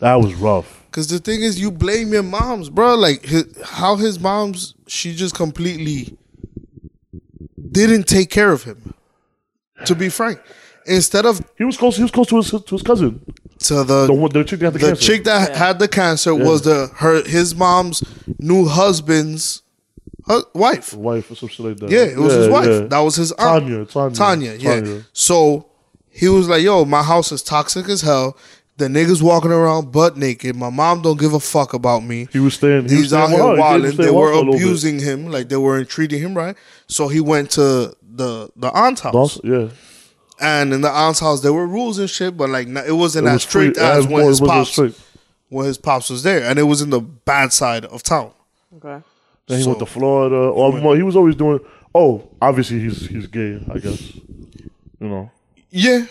that was rough. because the thing is, you blame your moms, bro. Like his, how his moms, she just completely didn't take care of him. To be frank, instead of He was close. He was close to his to his cousin. to The one, the chick that had the, the cancer. chick that had the cancer was the her his mom's new husband's hu- wife. wife or some shit like that. Yeah, it was his wife. yeah. That was his aunt. Tanya, Tanya, Mm-hmm. Tanya, yeah. Tanya. So he was like, "Yo, my house is toxic as hell. The niggas walking around butt naked. My mom don't give a fuck about me. He was staying. He was He's staying out here wild. He was wilding. staying They wild were for a little bit. abusing him, like they weren't treating him right. So he went to the the aunt's house, Boss- Yeah. and in the aunt's house there were rules and shit, but like not- it wasn't It as was strict free- as it when was- his it was pops strict. when his pops was there, and it was in the bad side of town. Okay. Then he went So- to Florida. Or well, he was always doing. Oh, obviously he's he's gay. I guess you know. Yeah,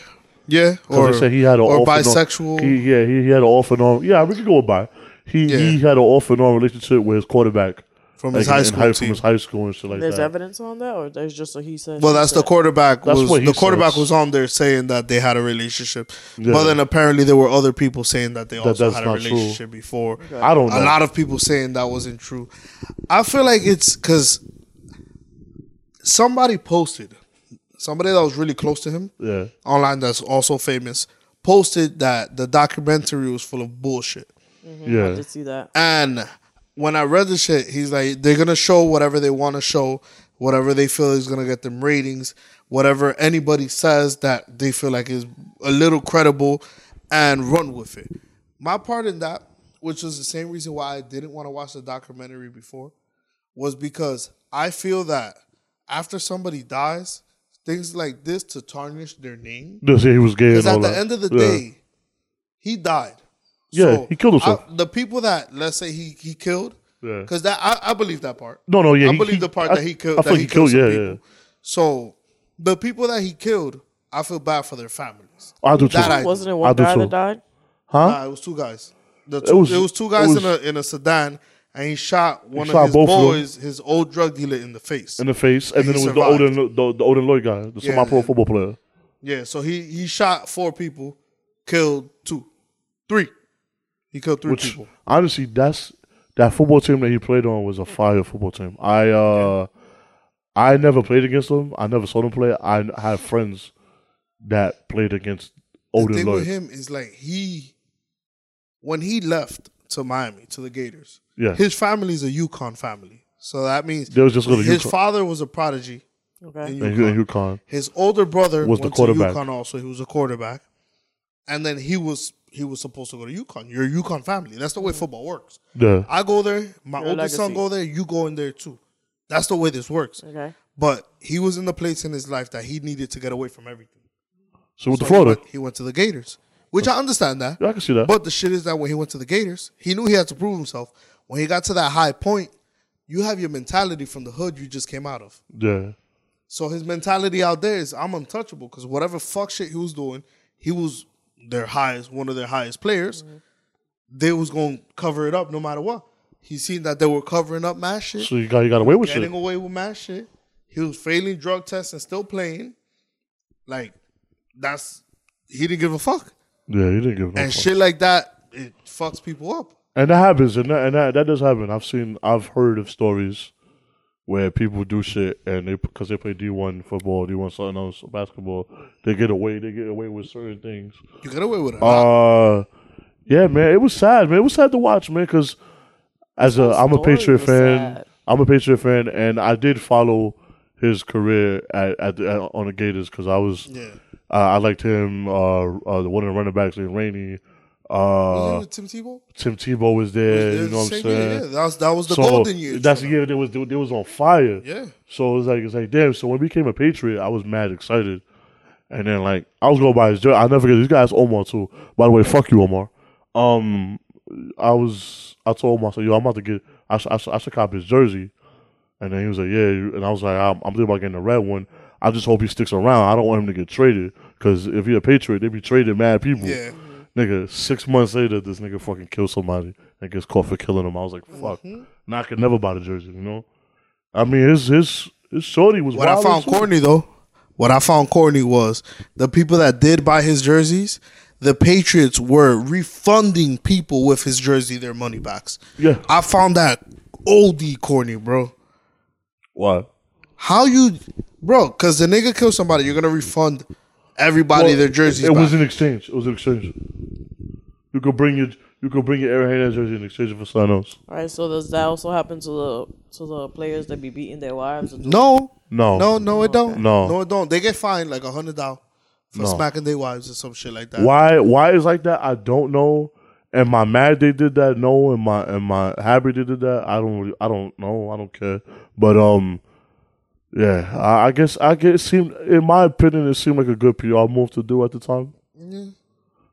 yeah, Or they said he had an or off and on- bisexual. he, yeah, he, he had an off and on. Yeah, we could go with bi. He Yeah. he had an off and on relationship with his quarterback From his like, high in school from team. his high school and shit like There's that. evidence on that, or there's just a he said. Well, she that's the said? quarterback. That's was, what he the quarterback says. was on there saying that they had a relationship, Yeah. but then apparently there were other people saying that they also that's had a not true. relationship before. I don't know. A lot of people saying that wasn't true. I feel like it's because somebody posted, somebody that was really close to him yeah, online, that's also famous, posted that the documentary was full of bullshit, yeah. I did see that. and when I read the shit, he's like, they're gonna show whatever they want to show, whatever they feel is gonna get them ratings, whatever anybody says that they feel like is a little credible, and run with it. My part in that, which was the same reason why I didn't want to watch the documentary before, was because I feel that after somebody dies, things like this to tarnish their name Just, yeah, he was gay and because all at the that. end of the Yeah. day, he died. Yeah, he killed himself. I- the people that let's say he he killed, Yeah. because that I, I believe that part. No, no, yeah. I he- believe he- the part I- that he killed. I that thought he he killed. some Yeah, people. yeah. So the people that he killed, I feel bad for their families. I do too. That I- Wasn't it one I do guy too. that died? huh? Nah, it was two guys. The It two, it was- was, two guys it was- in a in a sedan, and he shot one shot of his both of them. boys, his old drug dealer, in the face. In the face, and then it He was survived. the Odin, the, the Odin Lloyd guy, the Yeah. semi-pro football player. Yeah, so he he shot four people, killed two, three. He killed three Which people. honestly, that's that football team that he played on was a fire football team. I uh, I never played against them. I never saw them play. I had friends that played against the Odin thing with Lloyd. him is like he when he left to Miami to the Gators, Yeah. his family's a Yukon family. So that means They was just gonna his UConn. father was a prodigy Okay. in And Hu- UConn. and UConn. His older brother Was the went quarterback. to UConn also. He was a quarterback. And then he was he was supposed to go to UConn. You're a UConn family. That's the way football works. Yeah, I go there, my Your older son legacy. go there, you go in there too. That's the way this works. Okay. But he was in the place in his life that he needed to get away from everything. so with the So he Florida, went- he went to the Gators, which I understand that. yeah, I can see that. But the shit is that when he went to the Gators, he knew he had to prove himself. When he got to that high point, you have your mentality from the hood you just came out of. yeah, So his mentality out there is I'm untouchable because whatever fuck shit he was doing, he was their highest, one of their highest players. They was gonna cover it up no matter what. He seen that they were covering up my shit, so you got you got away with getting shit. away with my shit. He was failing drug tests and still playing. Like that's he didn't give a fuck. Yeah, you didn't give no And fuck. shit like that, it fucks people up. And that happens, and that, and that, that does happen. I've seen, I've heard of stories where people do shit, and they because they play D one football, D one something else, basketball, they get away, they get away with certain things. You get away with it. Uh, yeah, man, it was sad, man. It was sad to watch, man, because as a I'm a story Patriot was fan, sad. I'm a Patriot fan, and I did follow his career at, at, the- at on the Gators because I was yeah. uh, I liked him. Uh, uh, the one of the running backs named Rainey. Uh, Was it with Tim Tebow? Tim Tebow was there. It you know was the what I'm same saying? year, yeah. That was, that was the so golden year. that's the year they was they, was on fire. Yeah. So it was like it's like damn. So when we became a Patriot, I was mad excited, and then like I was going by his jersey. I never forget this guy's Omar too. By the way, fuck you, Omar. Um, I was I told Omar I said yo, I'm about to get I should, I should, I should cop his jersey, and then he was like yeah, you- and I was like I'm, I'm thinking about getting the red one. I just hope he sticks around. I don't want him to get traded because if he a Patriot, they be trading mad people. Yeah. Nigga, six months later, this nigga fucking kills somebody and gets caught for killing him. I was like, fuck. Now I could never buy the jersey, you know? I mean, his his his shorty was What I wild found too. corny though, what I found corny was the people that did buy his jerseys. The Patriots were refunding people with his jersey their money backs. Yeah. I found that OD corny, bro. Why? How you, bro? Because the nigga killed somebody, you're gonna refund everybody their jerseys. It back. was an exchange. It was an exchange. You could bring your you could bring your Aaron Hernandez jersey in exchange for something else. All right. So does that also happen to the to the players that be beating their wives? And no, No. No, no, it don't. No. no, it don't. They get fined like a hundred dollars for No. smacking their wives or some shit like that. Why why is like that? I don't know. Am I mad they did that? No. Am I am I happy they did that? I don't really, I don't know. I don't care. But um, yeah. I, I guess I guess it seemed in my opinion it seemed like a good PR move to do at the time. Mm-hmm.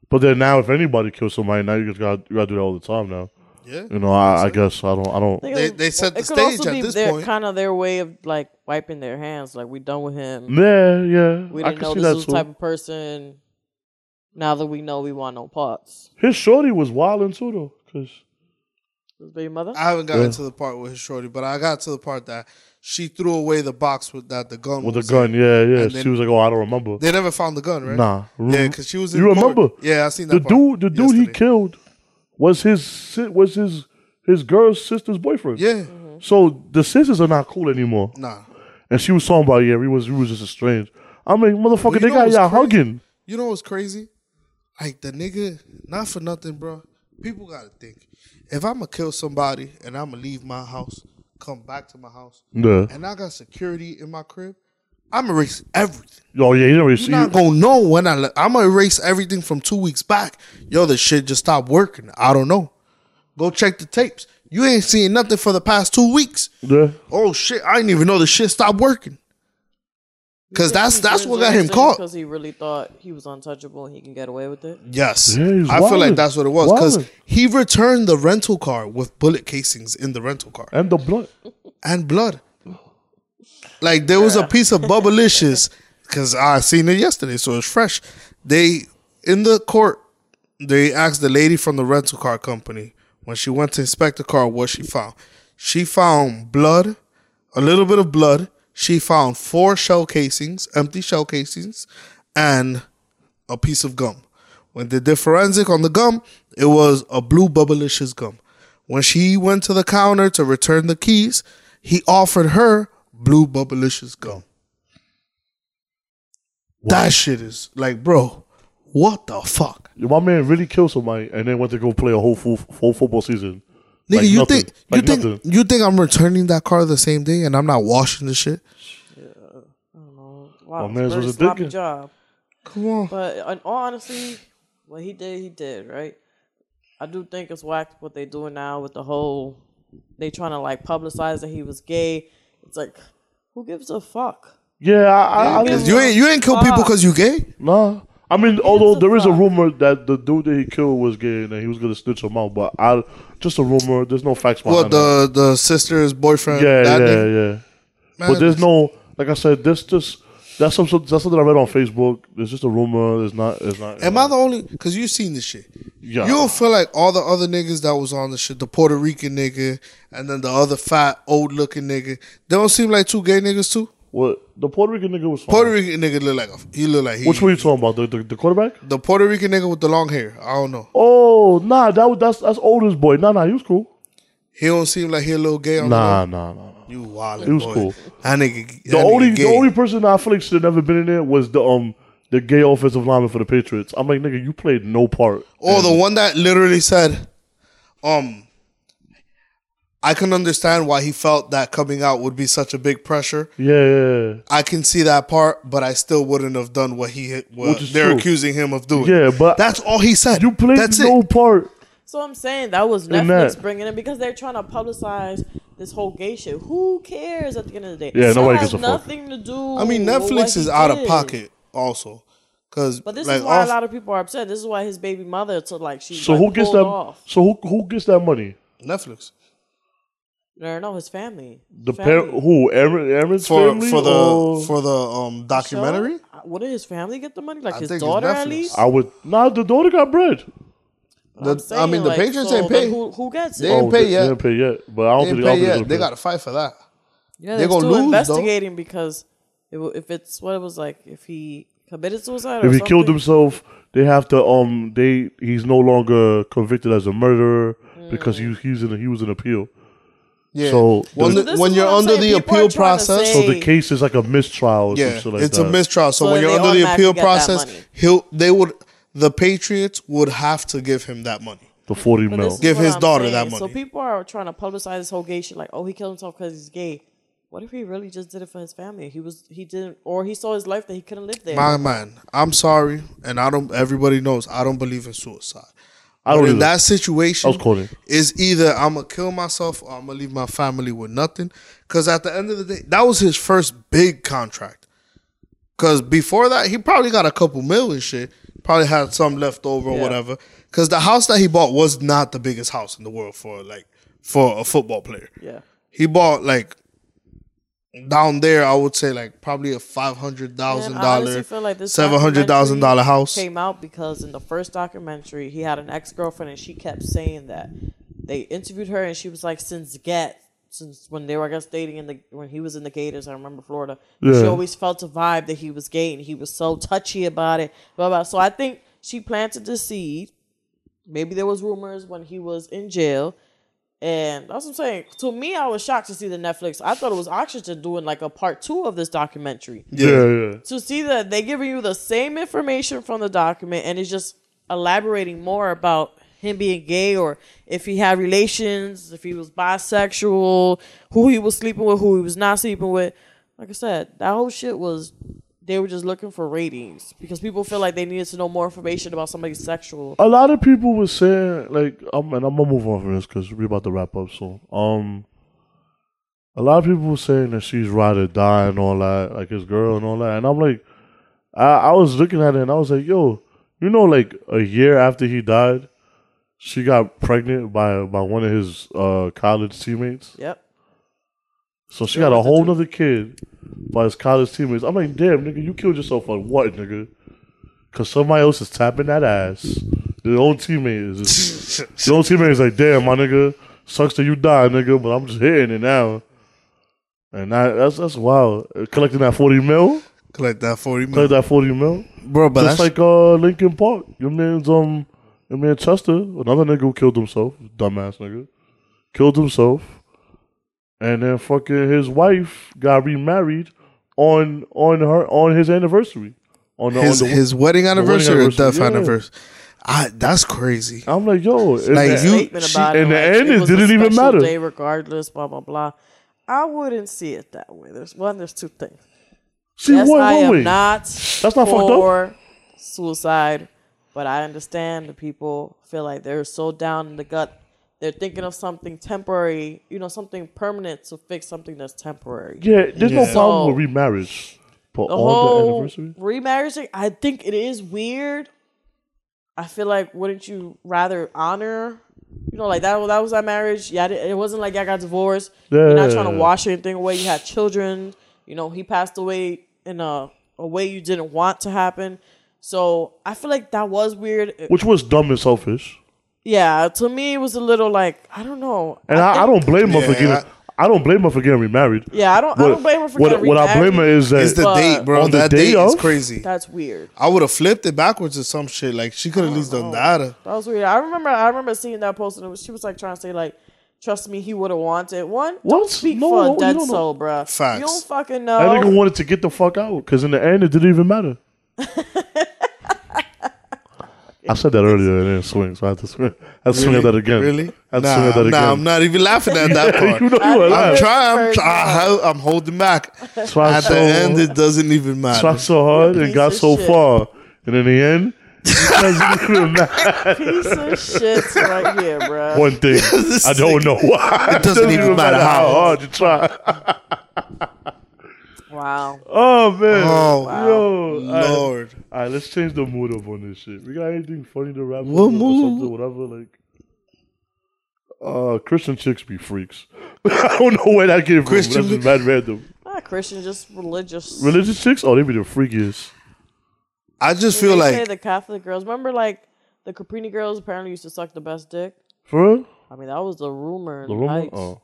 But then now, if anybody kills somebody, now you just got you got to do that all the time now. Yeah, You know, I, I guess I don't I don't. They, They- they set the stage at this point. Kind of their way of like wiping their hands. Like we done with Mm, him. Yeah, yeah. We I didn't can know see this that was too. the type of person. Now that we know we want no parts, His shorty was wilding too though, cause his baby mother. I haven't gotten Yeah. to the part with his shorty, but I got to the part that she threw away the box with that the gun. with a was gun. in. Yeah, yeah. And She then- was like, oh, I don't remember. They never found the gun, right? Nah. Yeah, because she was. In You court. remember? Yeah, I seen that. the part dude, the dude he yesterday. killed was his si- was his his girl's sister's boyfriend. Yeah, Mm-hmm. So the sisters are not cool anymore. nah. And she was talking about yeah, we was we was just estranged. I mean, motherfucker, you they know got what's y'all crazy? hugging. You know what's crazy? Like the nigga, not for nothing, bro. people gotta think. If I'm gonna kill somebody and I'm gonna leave my house, come back to my house, Yeah. and I got security in my crib, I'm gonna erase everything. Oh yeah, you never see. You're not gonna know when I. Le- I'm gonna erase everything from two weeks back. Yo, the shit just stopped working. I don't know. Go check the tapes. You ain't seen nothing for the past two weeks. yeah. Oh shit! I didn't even know the shit stopped working. Cause that's that's what got him caught. Because he really thought he was untouchable and he can get away with it. Yes, Yeah, he's I feel wildin'. like that's what it was. Cause Wildin'. he returned the rental car with bullet casings in the rental car And the blood. and blood. Like there was a piece of bubblicious. Cause I seen it yesterday, so it's fresh. They in the court, they asked the lady from the rental car company when she went to inspect the car what she found. She found blood, a little bit of blood. She found four shell casings, empty shell casings, and a piece of gum. When they did forensic on the gum, it was a blue bubblicious gum. When she went to the counter to return the keys, he offered her blue bubblicious gum. That shit is like, bro, what the fuck? My man really killed somebody and then went to go play a whole full, full football season. Nigga, Like you nothing. think Like you think nothing. you think I'm returning that car the same day and I'm not washing the shit? Wow, man's it's a was very a sloppy dickhead. job. Come on. But in all honesty, what he did, he did right. I do think it's whack what they doing now with the whole. They trying to like publicize that he was gay. It's like, who gives a fuck? Yeah, I, I, I Yeah, didn't- You ain't you ain't kill people because you gay. nah. I mean, although a there is a fuck. rumor that the dude that he killed was gay and that he was gonna snitch him out, but I just a rumor. There's no facts Well, behind the the sister's boyfriend. it. Yeah, that yeah, nigga? yeah. Man, But there's no, like I said, this just that's some that's something I read on Facebook. It's just a rumor. It's not. It's not. Am I the only? Because you seen this shit. Yeah. You don't feel like all the other niggas that was on the shit, the Puerto Rican nigga, and then the other fat, old looking nigga. They don't seem like two gay niggas too. What the Puerto Rican nigga was? Fine. Puerto Rican nigga look like a, he look like he. Which one you talking about? The, the, the quarterback? The Puerto Rican nigga with the long hair. I don't know. Oh nah, that was that's that's oldest boy. Nah, nah, he was cool. He don't seem like he a little gay. On Nah, nah, nah. nah. the low. you wild. He was cool. That nigga. The only the only person that I feel like should have never been in there was the um the gay offensive lineman for the Patriots. I'm like nigga, you played no part. Or the one that literally said, um, I can understand why he felt that coming out would be such a big pressure. Yeah, yeah, I can see that part, but I still wouldn't have done what he what Which is they're true. accusing him of doing. Yeah, but- that's all he said. you played That's no it. part. So I'm saying that was And Netflix that- bringing it because they're trying to publicize this whole gay shit. Who cares at the end of the day? Yeah, That nobody has gives a fuck. nothing to do. I mean, with what Netflix he is out of did. pocket also, because But this like is why off- a lot of people are upset. This is why his baby mother to like she So like, who gets pulled that? off. So who who gets that money? Netflix No, no, his family. The family. parent who Aaron Aaron's for family uh, for the or- for the um So, documentary. uh, Wouldn't his family get the money? Like I his think it's daughter at Netflix. least. I would nah. The daughter got bread. But I'm The- I mean, the like, Patriots so ain't then paid. Who, who gets it? They ain't Oh, they, pay they yet. didn't pay yet, but I don't think I don't They didn't pay think yet. gonna They pay. got to fight for that. yeah, they they're gonna still lose, though. investigating because it, wa- if it's what it was like, if he committed suicide or if he something, killed himself, they have to um they he's no longer convicted as a murderer because Mm. he he's in a, he was in appeal. Yeah. So when, the, this the, when is you're what I'm under saying. the People are appeal trying to process, say- so the case is like a mistrial or Yeah, something like it's that. a mistrial. So, So when they you're under the automatically appeal get that process, money. he'll they would the Patriots would have to give him that money. The forty But this mil. is Give what his I'm daughter saying. that So money. people are trying to publicize this whole gay shit, like, oh, he killed himself because he's gay. What if he really just did it for his family? He was, he didn't, or he saw his life that he couldn't live there. My man, I'm sorry, and I don't. Everybody knows I don't believe in suicide. I don't But either. in that situation, I was calling. is either I'm gonna kill myself or I'm gonna leave my family with nothing. Because at the end of the day, that was his first big contract. Because before that, he probably got a couple million shit. Probably had some left over or Yeah. whatever. Because the house that he bought was not the biggest house in the world for like for a football player. yeah. He bought like down there, I would say like probably a five hundred thousand Man, I honestly dollar, feel like this seven hundred thousand dollar documentary house. came out because in the first documentary he had an ex girlfriend and she kept saying that they interviewed her and she was like since get since when they were I guess dating in the when he was in the Gators I remember Florida Yeah. she always felt a vibe that he was gay and he was so touchy about it blah blah so I think she planted the seed maybe there was rumors when he was in jail and that's what I'm saying. To me, I was shocked to see the Netflix. I thought it was Oxygen doing like a part two of this documentary Yeah, yeah. to see that they giving you the same information from the document and it's just elaborating more about him being gay or if he had relations, if he was bisexual, who he was sleeping with, who he was not sleeping with. Like I said, that whole shit was they were just looking for ratings because people feel like they needed to know more information about somebody's sexual. a lot of people were saying like um and I'm gonna move on from this because we're about to wrap up soon. Um a lot of people were saying that she's ride or die and all that, like his girl and all that. And I'm like I, I was looking at it and I was like, yo, you know like a year after he died, she got pregnant by by one of his uh college teammates. Yep. So she got a whole nother kid by his college teammates. I'm like, damn, nigga, you killed yourself for what, nigga? Because somebody else is tapping that ass. Their own teammate is just, their own teammate is like, damn, my nigga, sucks that you die, nigga, but I'm just hitting it now. And that, that's that's wild. Collecting that 40 mil, Collect that forty collect million, that 40 mil. bro. But That's that's like uh, Lincoln Park. Your man's um, your man Chester, another nigga who killed himself, dumbass nigga, killed himself, and then fucking his wife got remarried on on her on his anniversary. On the, his on the, his wedding anniversary, anniversary, or death yeah. anniversary. I that's crazy. I'm like, yo, and Like, that- you- statement she- about it. in the like, end, it was a didn't even special matter. Day regardless, blah blah blah. I wouldn't see it that way. There's one. There's two things. see yes, what I one am way. not. That's not fucked up. for Suicide, but I understand the people feel like they're so down in the gut. They're thinking of something temporary, you know, something permanent to fix something that's temporary. yeah, there's no Yeah. problem with So- remarriage, but The on the whole anniversary, remarriage thing, I think it is weird. I feel like wouldn't you rather honor, you know, like that? That was our marriage. Yeah, it wasn't like y'all got divorced. You're not trying Yeah. to wash anything away. You had children. You know, he passed away in a a way you didn't want to happen. So I feel like that was weird. It- which was dumb and selfish, yeah, to me it was a little like I don't know. and I, I, think- don't blame her for Yeah, getting. I- I don't blame her for getting remarried. Yeah, I don't. I don't blame her for what, getting what I blame her remarried. is that It's the But- date, bro. On the that day date is of? crazy. That's weird. I would have flipped it backwards or some shit. Like she could at least done that. That was weird. I remember. I remember seeing that post, and it was, she was like trying to say like, "Trust me, he would have wanted one." What? Don't speak No, for you a dead don't know. soul, bruh. Facts. You don't fucking That nigga know. wanted to get the fuck out because in the end it didn't even matter. I said that earlier and it didn't swing, so I had to swing. I swing at that again. Really? I had to nah, swing at that nah, I'm again. not even laughing at that part. you know you were I'm lying. trying. I'm, Very try- I, am holding back. At So I the so, end, it doesn't even tried matter. so hard Piece and of got so shit. far, and in the end, it doesn't matter. Piece of shit right here, bruh. one thing. I don't know why. It doesn't even matter how how. hard you try. Wow. Oh man. Oh, Yo, all right. Lord. All right, let's change the mood up on this shit. We got anything funny to rap What up or mood? something, whatever. Like, uh, Christian chicks be freaks. I don't know where that came from. Christian- That's just mad random. Not Christian, just religious. Religious chicks? Oh, they be the freakiest. I just They feel say like the Catholic girls. Remember, like the Caprini girls apparently used to suck the best dick. For real? I mean, that was the rumor. The in rumor? Heights. Oh.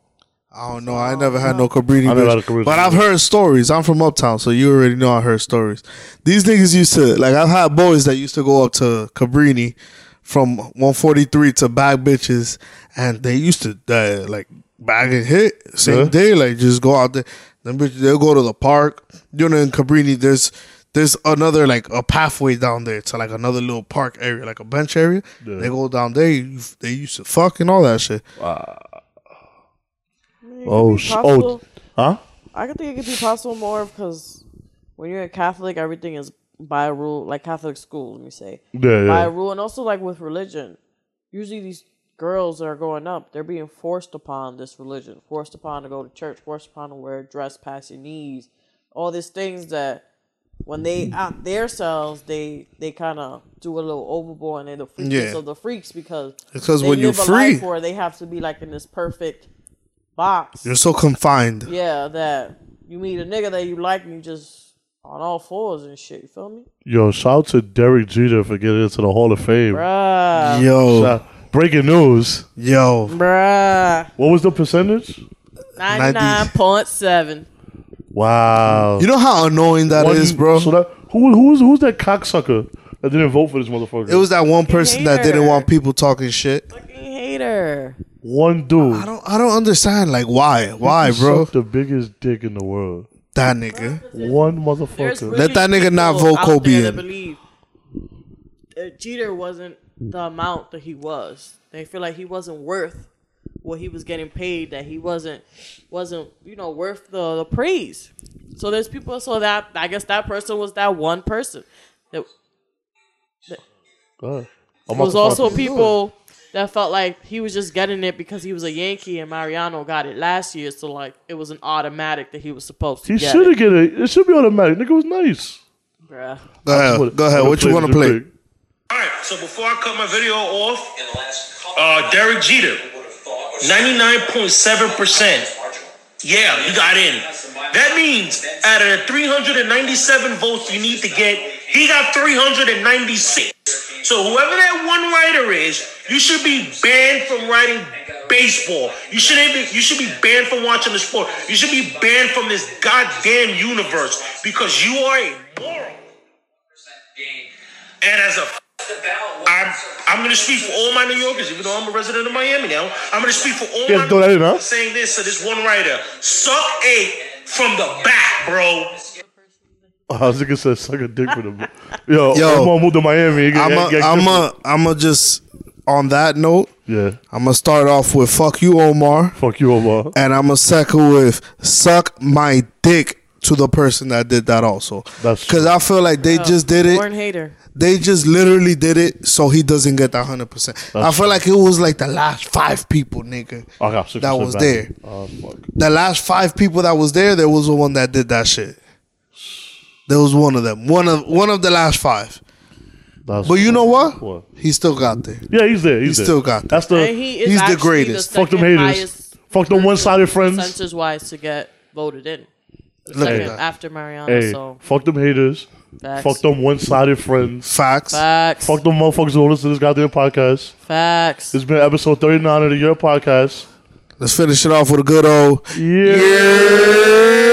I don't know. I never had no Cabrini, I never had a bitch. Cabrini. but I've heard stories. I'm from Uptown, so you already know I heard stories. These niggas used to like. I've had boys that used to go up to Cabrini from 143 to bag bitches, and they used to uh, like bag and hit same Yeah. day. Like just go out there. Them bitches, they'll go to the park. You know, in Cabrini, there's there's another like a pathway down there to like another little park area, like a bench area. They go down there. You, they used to fuck and all that shit. I mean, it could Oh, be sh- possible. oh. Huh? I could think it could be possible more because when you're a Catholic, everything is by rule, like Catholic school. Let me say Yeah, by yeah. rule, and also like with religion. Usually, these girls that are growing up, they're being forced upon this religion, forced upon to go to church, forced upon to wear a dress past your knees, all these things that when they out themselves, they they kind of do a little overboard, and they're the freaks Yeah. of the freaks because Because they when you're live a life free, where they have to be like in this perfect box. you're so confined. Yeah, that you meet a nigga that you like and you just on all fours and shit. You feel me? Yo, shout out to Derek Jeter for getting into the Hall of Fame. Bruh. Yo, Shout- breaking news. yo, Bruh. What was the percentage? 99.7. Wow. you know how annoying that is, One- bro. So that, who, who's, who's that cocksucker that didn't vote for this motherfucker? it was that one person that didn't Hater. want people talking shit. Fucking hater. one dude. I don't, I don't understand. Like, why, why, bro? Sucked the biggest dick in the world. That nigga. One motherfucker. There's really Let that nigga not people vote out Kobe there that in. believe that Jeter wasn't the amount that he was. They feel like he wasn't worth what he was getting paid. That he wasn't wasn't you know worth the, the praise. So there's people. So that I guess that person was that one person. That Go ahead. I'm was not also confident. people that felt like he was just getting it because he was a Yankee and Mariano got it last year. So like it was an automatic that he was supposed to He get. should have get it. It should be automatic. Nigga was nice. it, bruh. Go ahead. Go ahead. What you want to play? All right, so before I cut my video off, in the last couple uh, Derek Jeter, would have thought was 99.7%. marginal. Yeah, he got in. That means out of the 397 votes you need to get, he got 396. So whoever that one writer is, you should be banned from writing baseball. You shouldn't be, you should be banned from watching the sport. You should be banned from this goddamn universe because you are a moron. And as a I'm, I'm gonna speak for all my New Yorkers, even though I'm a resident of Miami now. I'm gonna speak for all Yeah, my throw that in, huh? saying this to this one writer. Suck a from the back, bro. I was gonna say Uh, suck a dick for the yo. Yo. Yo, I'm gonna move to Miami. I'm a, I'm a, I'm a just on that note. yeah. I'm gonna start off with "fuck you, Omar," Fuck you, Omar. and I'm gonna second with "suck my dick" to the person that did that also. That's because true. I feel like they just did it. Warren Hater. They just literally did it, so he doesn't get that hundred percent. I feel like it was like the last five people, nigga, I got six. that was there. Oh fuck. The last five people that was there, there was the one that did that shit. There was one of them, one of one of the last five. That's But you know what? What? He still got there. Yeah, he's there. He's He there. still got that. That's the And he is he's the actually the greatest. fuck them second haters. highest Fuck them one-sided friends. census wise to get voted in. Look Second at that. after Mariano. Hey, So fuck them haters. Facts. Fuck them one-sided friends. Facts. facts. Fuck them motherfuckers who listen to this goddamn podcast. Facts. It's been episode 39 of the Year Podcast. Let's finish it off with a good old. Yeah.